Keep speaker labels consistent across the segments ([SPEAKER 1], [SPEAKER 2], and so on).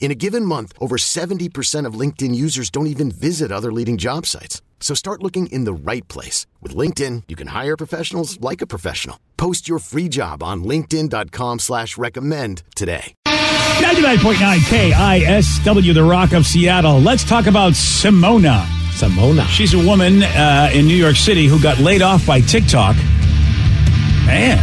[SPEAKER 1] In a given month, over 70% of LinkedIn users don't even visit other leading job sites. So start looking in the right place. With LinkedIn, you can hire professionals like a professional. Post your free job on linkedin.com slash recommend today.
[SPEAKER 2] 99.9 KISW, the Rock of Seattle. Let's talk about Simona.
[SPEAKER 3] Simona.
[SPEAKER 2] She's a woman uh, in New York City who got laid off by TikTok. Man,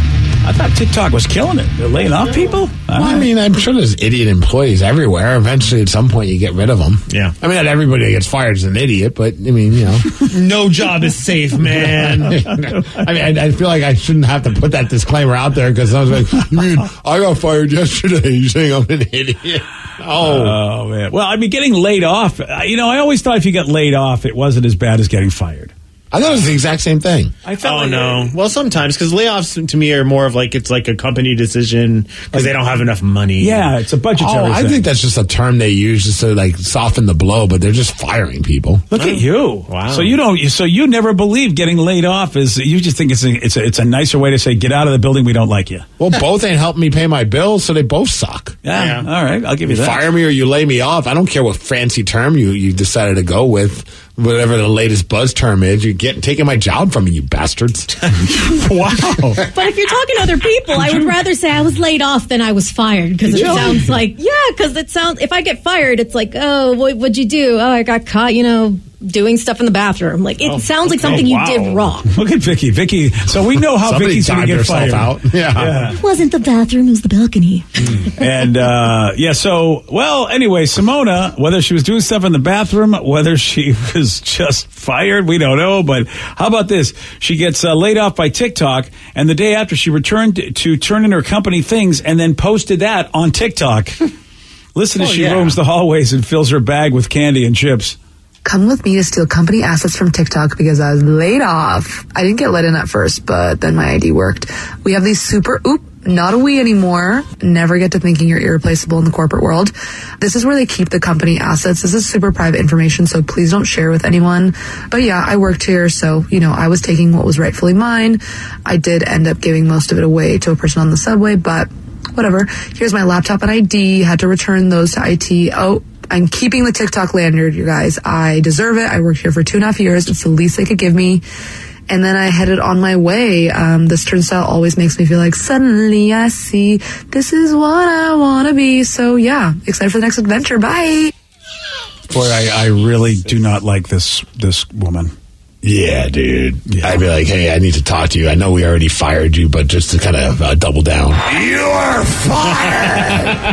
[SPEAKER 2] I thought TikTok was killing it. They're laying off people?
[SPEAKER 3] Well, I mean, I'm sure there's idiot employees everywhere. Eventually, at some point, you get rid of them.
[SPEAKER 4] Yeah.
[SPEAKER 3] I mean, not everybody that gets fired is an idiot, but I mean, you know.
[SPEAKER 4] No job is safe, man.
[SPEAKER 3] I mean, I, I feel like I shouldn't have to put that disclaimer out there because I was like, you mean I got fired yesterday? You saying I'm an idiot? Oh.
[SPEAKER 2] Oh, man. Well, I mean, getting laid off, uh, you know, I always thought if you got laid off, it wasn't as bad as getting fired.
[SPEAKER 3] I thought it was the exact same thing.
[SPEAKER 2] I felt
[SPEAKER 4] Oh
[SPEAKER 2] like-
[SPEAKER 4] no! Well, sometimes because layoffs to me are more of like it's like a company decision because they don't have enough money.
[SPEAKER 2] Yeah, it's a budgetary
[SPEAKER 3] Oh, I
[SPEAKER 2] thing.
[SPEAKER 3] think that's just a term they use just to like soften the blow, but they're just firing people.
[SPEAKER 2] Look at you!
[SPEAKER 4] Wow.
[SPEAKER 2] So you don't. So you never believe getting laid off is. You just think it's a, it's a, it's a nicer way to say get out of the building. We don't like you.
[SPEAKER 3] Well, both ain't helping me pay my bills, so they both suck.
[SPEAKER 2] Yeah.
[SPEAKER 4] Yeah.
[SPEAKER 2] All right. I'll give you
[SPEAKER 3] You
[SPEAKER 2] that.
[SPEAKER 3] fire me or you lay me off. I don't care what fancy term you, you decided to go with, whatever the latest buzz term is. You're getting taking my job from me, you bastards.
[SPEAKER 2] Wow.
[SPEAKER 5] But if you're talking to other people, I would rather say I was laid off than I was fired because it sounds like yeah, because it sounds if I get fired, it's like oh, what, what'd you do? Oh, I got caught, you know, doing stuff in the bathroom. Like it sounds like something
[SPEAKER 4] wow.
[SPEAKER 5] you did wrong.
[SPEAKER 2] Look at Vicky. Vicky. So we know how
[SPEAKER 3] Somebody
[SPEAKER 2] Vicky's going to
[SPEAKER 3] dived
[SPEAKER 2] get
[SPEAKER 3] herself
[SPEAKER 2] fired.
[SPEAKER 3] out. Yeah.
[SPEAKER 5] It wasn't the bathroom; it was the balcony.
[SPEAKER 2] And uh, yeah. So well. Anyway, Simona, whether she was doing stuff in the bathroom, whether she was just fired, we don't know. But how about this? She gets uh, laid off by TikTok, and the day after, she returned to turn in her company things, and then posted that on TikTok. Listen as she roams the hallways and fills her bag with candy and chips.
[SPEAKER 6] Come with me to steal company assets from TikTok because I was laid off. I didn't get let in at first, but then my ID worked. We have these super oop, not a we anymore. Never get to thinking you're irreplaceable in the corporate world. This is where they keep the company assets. This is super private information, so please don't share with anyone. But yeah, I worked here, so you know, I was taking what was rightfully mine. I did end up giving most of it away to a person on the subway, but whatever. Here's my laptop and ID. Had to return those to IT. Oh, I'm keeping the TikTok lanyard, you guys. I deserve it. I worked here for two and a half years. It's the least they could give me. And then I headed on my way. Um, this turnstile always makes me feel like suddenly I see this is what I want to be. So yeah, excited for the next adventure. Bye.
[SPEAKER 2] Boy, I, I really do not like this this woman.
[SPEAKER 3] Yeah, dude. I'd be like, hey, I need to talk to you. I know we already fired you, but just to kind of uh, double down. You're fired.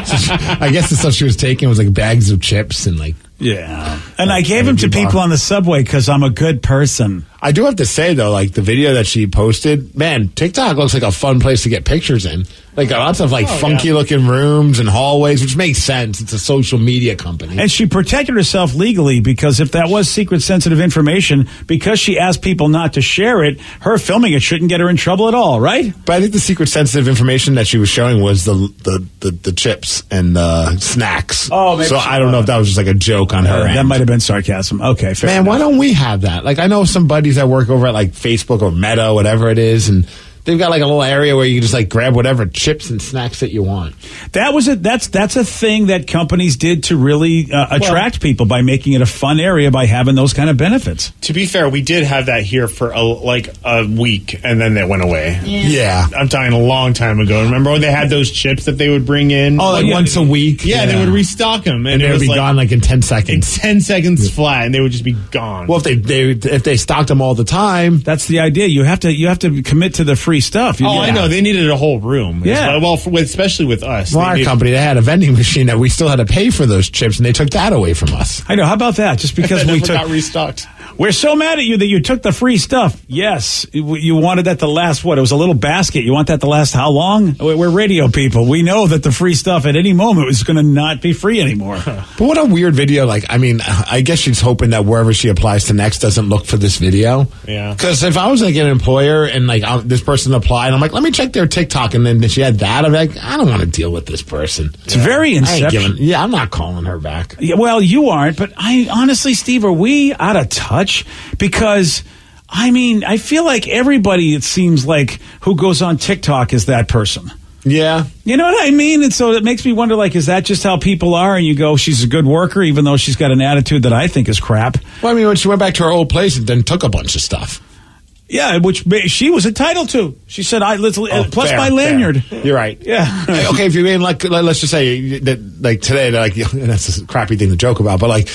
[SPEAKER 3] I guess the stuff she was taking was like bags of chips and like.
[SPEAKER 2] Yeah. And I gave them to people on the subway because I'm a good person.
[SPEAKER 3] I do have to say though, like the video that she posted, man, TikTok looks like a fun place to get pictures in. Like lots of
[SPEAKER 2] Oh,
[SPEAKER 3] like funky looking rooms and hallways, which makes sense. It's a social media company.
[SPEAKER 2] And she protected herself legally because if that was secret sensitive information, because she asked people not to share it, her filming it shouldn't get her in trouble at all, right?
[SPEAKER 3] But I think the secret sensitive information that she was showing was the the, the, the chips and the snacks.
[SPEAKER 2] Oh, maybe
[SPEAKER 3] so
[SPEAKER 2] she-
[SPEAKER 3] I don't know if that was just like a joke on her.
[SPEAKER 2] Uh,
[SPEAKER 3] end.
[SPEAKER 2] that might have been sarcasm. Okay, fair
[SPEAKER 3] Man,
[SPEAKER 2] enough.
[SPEAKER 3] why don't we have that? Like, I know some buddies that work over at like Facebook or Meta, whatever it is, and they've got like a little area where you can just like grab whatever chips and snacks that you want.
[SPEAKER 2] That was a that's that's a thing that companies did to really uh, attract people by making it a fun area by having those kind of benefits.
[SPEAKER 4] To be fair, we did have that here for a, like a week, and then that went away.
[SPEAKER 3] Yeah.
[SPEAKER 4] I'm talking a long time ago. Remember when they had those chips that they would bring in?
[SPEAKER 3] Oh, like
[SPEAKER 4] yeah.
[SPEAKER 3] once a week.
[SPEAKER 4] Yeah, they would restock them, and,
[SPEAKER 3] and
[SPEAKER 4] it
[SPEAKER 3] they would
[SPEAKER 4] was
[SPEAKER 3] be
[SPEAKER 4] like,
[SPEAKER 3] gone like in ten seconds.
[SPEAKER 4] ten seconds flat, and they would just be gone.
[SPEAKER 3] Well, if they, they if they stocked them all the time,
[SPEAKER 2] That's the idea. You have to you have to commit to the free free stuff. You
[SPEAKER 4] Oh,
[SPEAKER 2] get-
[SPEAKER 4] I know. They needed a whole room.
[SPEAKER 2] Yeah.
[SPEAKER 4] Well, for, with- especially with us.
[SPEAKER 3] Well,
[SPEAKER 4] They
[SPEAKER 3] our
[SPEAKER 4] need-
[SPEAKER 3] company, they had a vending machine that we still had to pay for those chips, and they took that away from us.
[SPEAKER 2] I know. How about that? Just because
[SPEAKER 4] They
[SPEAKER 2] we
[SPEAKER 4] never
[SPEAKER 2] took
[SPEAKER 4] got restocked.
[SPEAKER 2] We're so mad at you that you took the free stuff. Yes, you you wanted that to last what? It was a little basket. You want that to last how long? We- We're radio people. We know that the free stuff at any moment is going to not be free anymore.
[SPEAKER 3] But what a weird video. Like, I mean, I guess she's hoping that wherever she applies to next doesn't look for this video.
[SPEAKER 4] Yeah.
[SPEAKER 3] Because if I was like an employer and like um, this person applied, and I'm like, let me check their TikTok, and then she had that, I'm like, I don't want to deal with this person.
[SPEAKER 2] It's very
[SPEAKER 3] I ain't
[SPEAKER 2] inception.
[SPEAKER 3] giving, yeah, I'm not calling her back.
[SPEAKER 2] Yeah, well, you aren't, but I honestly, Steve, are we out of touch? Because I mean, I feel like everybody it seems like who goes on TikTok is that person.
[SPEAKER 3] Yeah.
[SPEAKER 2] You know what I mean? And so it makes me wonder like, is that just how people are? And you go, she's a good worker, even though she's got an attitude that I think is crap.
[SPEAKER 3] Well, I mean, when she went back to her old place and then took a bunch of stuff.
[SPEAKER 2] Yeah, which ma- she was entitled to. She said, "I let's, uh, plus
[SPEAKER 3] Oh, fair,
[SPEAKER 2] my
[SPEAKER 3] fair.
[SPEAKER 2] lanyard."
[SPEAKER 3] You're right.
[SPEAKER 2] Yeah,
[SPEAKER 3] Hey, okay, if you're in like, let- let's just say that like today, they're like, and that's a crappy thing to joke about, but like,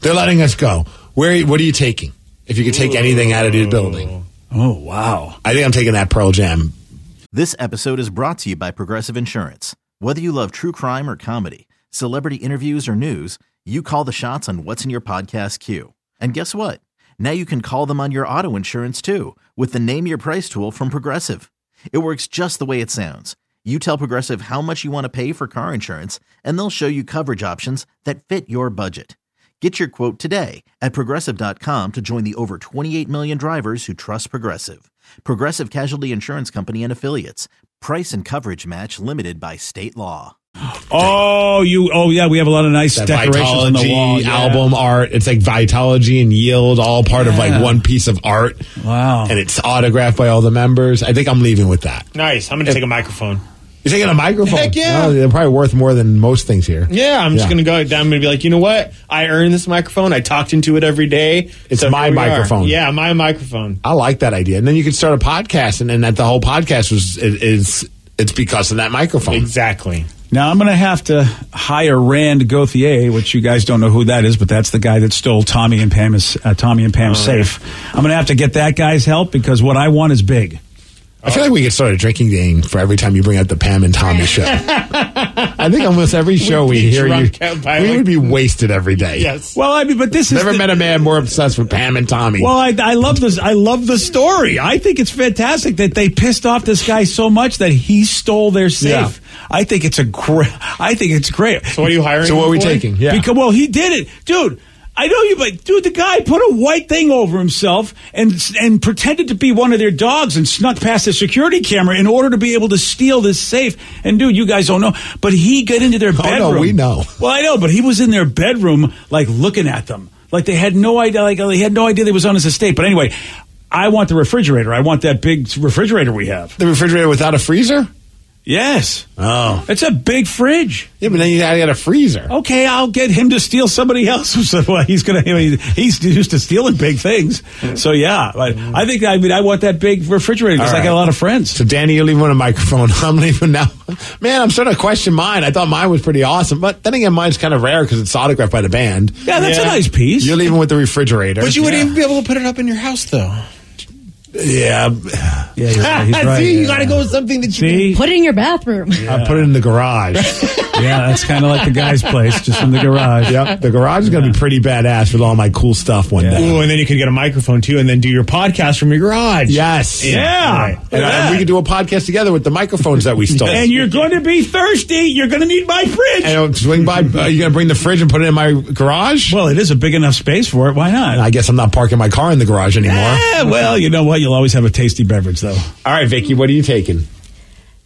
[SPEAKER 3] they're letting us go. Where, what are you taking? If you could take anything out of the building,
[SPEAKER 2] Oh wow!
[SPEAKER 3] I think I'm taking that Pearl Jam.
[SPEAKER 7] This episode is brought to you by Progressive Insurance. Whether you love true crime or comedy, celebrity interviews or news, you call the shots on what's in your podcast queue. And guess what? Now you can call them on your auto insurance too with the Name Your Price tool from Progressive. It works just the way it sounds. You tell Progressive how much you want to pay for car insurance, and they'll show you coverage options that fit your budget. Get your quote today at progressive.com to join the over 28 million drivers who trust Progressive. Progressive Casualty Insurance Company and Affiliates. Price and coverage match limited by state law.
[SPEAKER 2] Oh, you. Oh yeah, we have a lot of nice
[SPEAKER 3] That
[SPEAKER 2] decorations on the
[SPEAKER 3] Vitology
[SPEAKER 2] wall. yeah.
[SPEAKER 3] album art. It's like Vitology and Yield, all part of like one piece of art,
[SPEAKER 2] Wow.
[SPEAKER 3] and it's autographed by all the members. I think I'm leaving with that.
[SPEAKER 4] Nice. I'm going to take a microphone.
[SPEAKER 3] You're taking a microphone?
[SPEAKER 4] Heck yeah.
[SPEAKER 3] Well, they're probably worth more than most things here.
[SPEAKER 4] Yeah, I'm just
[SPEAKER 3] Yeah.
[SPEAKER 4] going to go. I'm going to be like, you know what? I earned this microphone. I talked into it every day.
[SPEAKER 3] It's
[SPEAKER 4] So
[SPEAKER 3] my
[SPEAKER 4] here we are.
[SPEAKER 3] microphone.
[SPEAKER 4] Yeah, my microphone.
[SPEAKER 3] I like that idea. And then you could start a podcast, and then that the whole podcast was it, it's it's because of that microphone.
[SPEAKER 4] Exactly.
[SPEAKER 2] Now I'm going to have to hire Rand Gauthier, which you guys don't know who that is, but that's the guy that stole Tommy and Pam's uh, Tommy and Pam's safe. I'm going to have to get that guy's help because what I want is big.
[SPEAKER 3] I feel like we could start a drinking game for every time you bring up the Pam and Tommy show. I think almost every show we
[SPEAKER 4] be
[SPEAKER 3] hear you,
[SPEAKER 4] drunk out by,
[SPEAKER 3] we
[SPEAKER 4] like-
[SPEAKER 3] would be wasted every day.
[SPEAKER 4] Yes.
[SPEAKER 2] Well, I mean, but this is
[SPEAKER 3] Never
[SPEAKER 2] the-
[SPEAKER 3] met a man more obsessed with Pam and Tommy.
[SPEAKER 2] Well, I, I love this. I love the story. I think it's fantastic that they pissed off this guy so much that he stole their safe.
[SPEAKER 3] Yeah.
[SPEAKER 2] I think it's a great. I think it's great.
[SPEAKER 4] So what are you hiring?
[SPEAKER 3] so what are we
[SPEAKER 4] him for?
[SPEAKER 3] taking? Yeah.
[SPEAKER 2] Because well, he did it, dude. I know you, but dude, the guy put a white thing over himself and and pretended to be one of their dogs and snuck past the security camera in order to be able to steal this safe. And dude, you guys don't know, but he got into their
[SPEAKER 3] Oh, no,
[SPEAKER 2] bedroom.
[SPEAKER 3] we know.
[SPEAKER 2] Well, I know, but he was in their bedroom, like looking at them, like they had no idea, like they had no idea they was on his estate. But anyway, I want the refrigerator. I want that big refrigerator we have.
[SPEAKER 3] the refrigerator without a freezer?
[SPEAKER 2] Yes,
[SPEAKER 3] Oh.
[SPEAKER 2] it's a big fridge.
[SPEAKER 3] Yeah, but then you gotta get a freezer.
[SPEAKER 2] okay, I'll get him to steal somebody else. So, well, he's gonna I mean, he's used to stealing big things. So yeah, but I think I mean I want that big refrigerator because
[SPEAKER 3] All
[SPEAKER 2] I got
[SPEAKER 3] right.
[SPEAKER 2] a lot of friends.
[SPEAKER 3] So Danny, you're leaving on a microphone. I'm leaving now. Man, I'm starting to question mine. I thought mine was pretty awesome, but then again, mine's kind of rare because it's autographed by the band.
[SPEAKER 2] Yeah, that's a
[SPEAKER 4] Yeah.
[SPEAKER 2] nice piece.
[SPEAKER 3] You're leaving with the refrigerator.
[SPEAKER 4] But you wouldn't even be able to put it up in your house, though.
[SPEAKER 3] yeah,
[SPEAKER 2] yeah, you're right, he's right.
[SPEAKER 4] Ah, See,
[SPEAKER 2] yeah.
[SPEAKER 4] you got to go with something that you
[SPEAKER 2] See,
[SPEAKER 5] Put it in your bathroom.
[SPEAKER 3] I put it in the garage.
[SPEAKER 2] yeah, that's kind of like the guy's place, just in the garage.
[SPEAKER 3] yep, the garage is gonna be pretty badass with all my cool stuff one
[SPEAKER 4] can.
[SPEAKER 3] day.
[SPEAKER 4] Ooh, and then you could get a microphone, too, and then do your podcast from your garage.
[SPEAKER 3] Yes.
[SPEAKER 2] Yeah,
[SPEAKER 4] Right.
[SPEAKER 2] Look at
[SPEAKER 3] And, I-
[SPEAKER 2] that.
[SPEAKER 3] we could do a podcast together with the microphones that we stole.
[SPEAKER 2] and you're going to be thirsty. You're going to need my fridge.
[SPEAKER 3] And I'll swing by. Are you gonna bring the fridge and put it in my garage?
[SPEAKER 2] well, it is a big enough space for it. Why not?
[SPEAKER 3] I guess I'm not parking my car in the garage anymore.
[SPEAKER 2] Eh, well, you know what? You'll always have a tasty beverage, though.
[SPEAKER 3] All right, Vicky, what are you taking?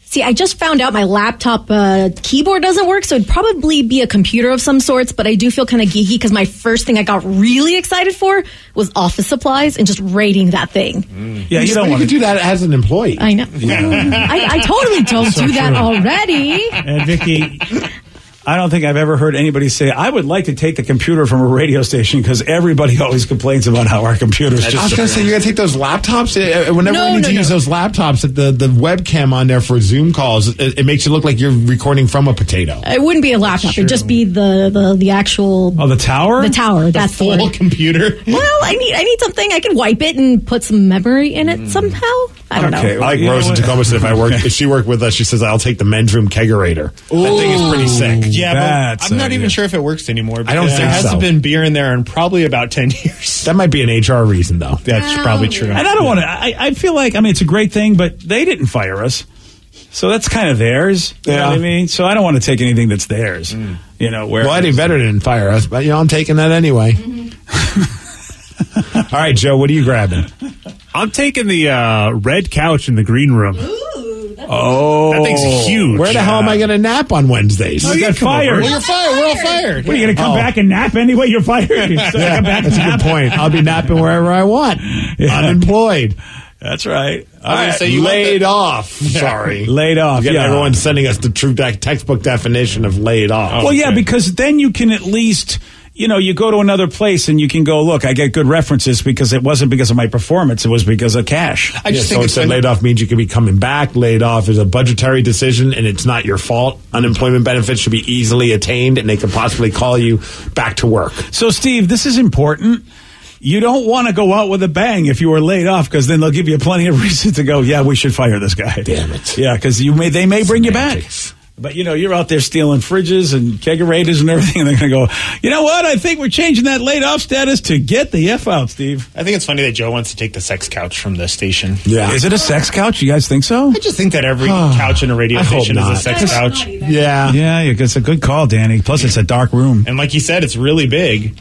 [SPEAKER 5] See, I just found out my laptop uh, keyboard doesn't work, so it'd probably be a computer of some sorts, but I do feel kind of geeky because my first thing I got really excited for was office supplies and just raiding that thing.
[SPEAKER 2] Yeah, you don't
[SPEAKER 3] you
[SPEAKER 2] want
[SPEAKER 3] could
[SPEAKER 2] to.
[SPEAKER 3] do that as an employee.
[SPEAKER 5] I know. I, I totally don't do that already.
[SPEAKER 2] And Vicky, I don't think I've ever heard anybody say, I would like to take the computer from a radio station because everybody always complains about how our computers
[SPEAKER 3] I was
[SPEAKER 2] just.
[SPEAKER 3] gonna say you're gonna take those laptops. Uh, uh, Whenever
[SPEAKER 5] No,
[SPEAKER 3] I need
[SPEAKER 5] no,
[SPEAKER 3] to
[SPEAKER 5] no.
[SPEAKER 3] use those laptops, at the the webcam on there for Zoom calls, it, it makes you look like you're recording from a potato.
[SPEAKER 5] It wouldn't be a laptop, it'd just be the, the, the actual.
[SPEAKER 2] Oh, the tower?
[SPEAKER 5] The tower. That's the
[SPEAKER 4] Full
[SPEAKER 5] word.
[SPEAKER 4] computer.
[SPEAKER 5] Well, I need I need something I can wipe it and put some memory in it somehow. I I don't
[SPEAKER 2] Okay,
[SPEAKER 5] know.
[SPEAKER 3] I like
[SPEAKER 2] You know
[SPEAKER 3] Rose in
[SPEAKER 2] what?
[SPEAKER 3] Tacoma said if I work, if she worked with us, she says I'll take the men's room kegerator. That thing is pretty sick.
[SPEAKER 4] Yeah, but
[SPEAKER 2] That's
[SPEAKER 4] I'm not
[SPEAKER 2] a-
[SPEAKER 4] even sure if it works anymore.
[SPEAKER 3] I don't
[SPEAKER 4] because
[SPEAKER 3] think
[SPEAKER 4] there hasn't
[SPEAKER 3] so.
[SPEAKER 4] been beer in there in probably about ten years.
[SPEAKER 3] That might be an HR reason though.
[SPEAKER 4] That's
[SPEAKER 5] Wow.
[SPEAKER 4] probably true.
[SPEAKER 2] And I don't want to. I, I feel like I mean it's a great thing, but they didn't fire us, so that's kind of theirs. You know
[SPEAKER 3] Yeah. Mm.
[SPEAKER 2] what I mean, so I don't want to take anything that's theirs. You know where?
[SPEAKER 3] Well, I'd be better than fire us, but you know I'm taking that anyway.
[SPEAKER 5] Mm-hmm.
[SPEAKER 3] All right, Joe, what are you grabbing?
[SPEAKER 8] I'm taking the uh, red couch in the green room.
[SPEAKER 2] Oh,
[SPEAKER 8] That thing's huge.
[SPEAKER 3] Where the hell am I going to nap on Wednesdays?
[SPEAKER 2] You got fired.
[SPEAKER 4] Well, you're fired. We're all fired.
[SPEAKER 2] What are you going to come back and nap anyway? You're fired. So you
[SPEAKER 3] Yeah,
[SPEAKER 2] come back
[SPEAKER 3] Oh.
[SPEAKER 2] and
[SPEAKER 3] that's a good
[SPEAKER 2] nap?
[SPEAKER 3] point. I'll be napping wherever I want.
[SPEAKER 2] Yeah.
[SPEAKER 3] Unemployed,
[SPEAKER 2] That's right. All
[SPEAKER 3] All
[SPEAKER 2] right.
[SPEAKER 3] right, laid off. Sorry,
[SPEAKER 2] Laid off,
[SPEAKER 3] Again,
[SPEAKER 2] yeah.
[SPEAKER 3] everyone's sending us the true dec- textbook definition of laid off.
[SPEAKER 2] Well, yeah, because then you can at least, you know, you go to another place and you can go, look, I get good references because it wasn't because of my performance. It was because of cash.
[SPEAKER 4] I
[SPEAKER 3] Yeah,
[SPEAKER 4] just think
[SPEAKER 3] someone
[SPEAKER 4] it's
[SPEAKER 3] said
[SPEAKER 4] been-
[SPEAKER 3] laid off means you could be coming back. Laid off is a budgetary decision, and it's not your fault. Unemployment benefits should be easily attained, and they could possibly call you back to work.
[SPEAKER 2] So, Steve, this is important. You don't want to go out with a bang if you were laid off because then they'll give you plenty of reason to go, yeah, we should fire this guy.
[SPEAKER 3] Damn it.
[SPEAKER 2] Yeah, because you may, they may bring you back.
[SPEAKER 3] Semantics.
[SPEAKER 2] But you know, you're out there stealing fridges and kegerators and everything, and they're going to go, you know what? I think we're changing that laid off status to get the F out, Steve.
[SPEAKER 4] I think it's funny that Joe wants to take the sex couch from the station.
[SPEAKER 3] Yeah,
[SPEAKER 2] Is it a sex couch? You guys think so?
[SPEAKER 4] I just think that every couch in a radio
[SPEAKER 3] I hope
[SPEAKER 4] station is a
[SPEAKER 3] not.
[SPEAKER 4] sex couch.
[SPEAKER 3] yeah,
[SPEAKER 2] Yeah, it's a good call, Danny. Plus, it's a dark room.
[SPEAKER 4] And like you said, it's really big,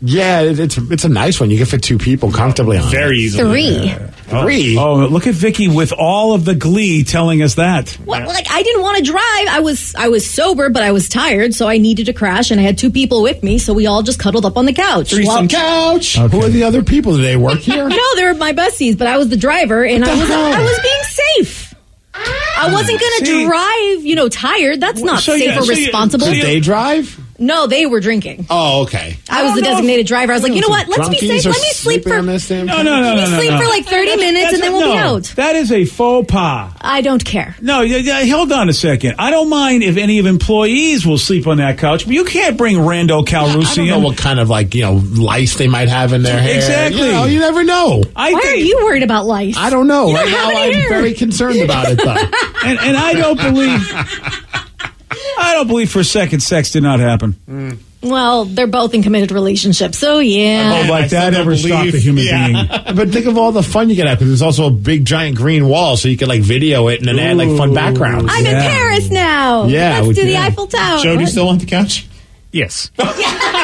[SPEAKER 3] yeah. it- It's it's a nice one. You can fit two people comfortably on. it.
[SPEAKER 4] very easily.
[SPEAKER 5] Three.
[SPEAKER 3] three.
[SPEAKER 2] Oh, look at Vicky with all of the glee telling us that.
[SPEAKER 5] What, like I didn't want to drive. I was I was sober, but I was tired, so I needed to crash, and I had two people with me, so we all just cuddled up on the couch.
[SPEAKER 4] Threesome
[SPEAKER 5] Well,
[SPEAKER 4] couch.
[SPEAKER 3] Who are the other people? Do they work here?
[SPEAKER 5] no, they were my besties, but I was the driver, and I was
[SPEAKER 3] hell?
[SPEAKER 5] I was being safe. I wasn't gonna
[SPEAKER 2] See?
[SPEAKER 5] drive, you know, tired. That's not
[SPEAKER 2] so
[SPEAKER 5] safe
[SPEAKER 2] you-
[SPEAKER 5] or
[SPEAKER 2] so you-
[SPEAKER 5] responsible.
[SPEAKER 2] so
[SPEAKER 3] Did they drive?
[SPEAKER 5] no, they were drinking.
[SPEAKER 3] Oh, okay.
[SPEAKER 5] I was the
[SPEAKER 2] don't know
[SPEAKER 5] designated driver. I was like, you know what? Let's be
[SPEAKER 3] Drunkies
[SPEAKER 5] safe.
[SPEAKER 3] are
[SPEAKER 5] Let me sleep
[SPEAKER 3] sleeping
[SPEAKER 5] for
[SPEAKER 3] on this damn
[SPEAKER 2] No, no, no,
[SPEAKER 5] let me
[SPEAKER 2] no, no,
[SPEAKER 5] sleep
[SPEAKER 2] no.
[SPEAKER 5] for like thirty minutes, and then we'll be
[SPEAKER 2] no,
[SPEAKER 5] out.
[SPEAKER 2] That is a faux pas.
[SPEAKER 5] I don't care.
[SPEAKER 2] No, yeah, yeah, hold on a second. I don't mind if any of employees will sleep on that couch, but you can't bring Rando
[SPEAKER 3] I don't
[SPEAKER 2] Calrissian.
[SPEAKER 3] know what kind of like you know lice they might have in their hair.
[SPEAKER 2] Exactly.
[SPEAKER 3] You, know, you never know.
[SPEAKER 2] I
[SPEAKER 5] Why are
[SPEAKER 2] think-
[SPEAKER 5] you worried about lice?
[SPEAKER 3] I don't know.
[SPEAKER 5] You
[SPEAKER 3] right
[SPEAKER 5] have
[SPEAKER 3] now,
[SPEAKER 5] any
[SPEAKER 3] I'm
[SPEAKER 5] hair.
[SPEAKER 3] very concerned about it though.
[SPEAKER 2] And, and I don't believe. I don't believe for a second sex did not happen.
[SPEAKER 5] Well, they're both in committed relationships, so yeah.
[SPEAKER 2] Oh, like
[SPEAKER 4] I still
[SPEAKER 2] that
[SPEAKER 4] don't
[SPEAKER 2] ever stopped
[SPEAKER 4] believe-
[SPEAKER 2] a human
[SPEAKER 4] Yeah.
[SPEAKER 2] being?
[SPEAKER 3] But think of all the fun you could have because there's also a big giant green wall, so you could like video it and then add like fun backgrounds.
[SPEAKER 5] I'm in
[SPEAKER 2] Yeah.
[SPEAKER 5] Paris now.
[SPEAKER 3] Yeah,
[SPEAKER 5] Let's
[SPEAKER 3] we-
[SPEAKER 5] do the
[SPEAKER 3] yeah.
[SPEAKER 5] Eiffel Tower.
[SPEAKER 4] Joe, do you
[SPEAKER 5] What?
[SPEAKER 4] still want the couch?
[SPEAKER 8] Yes.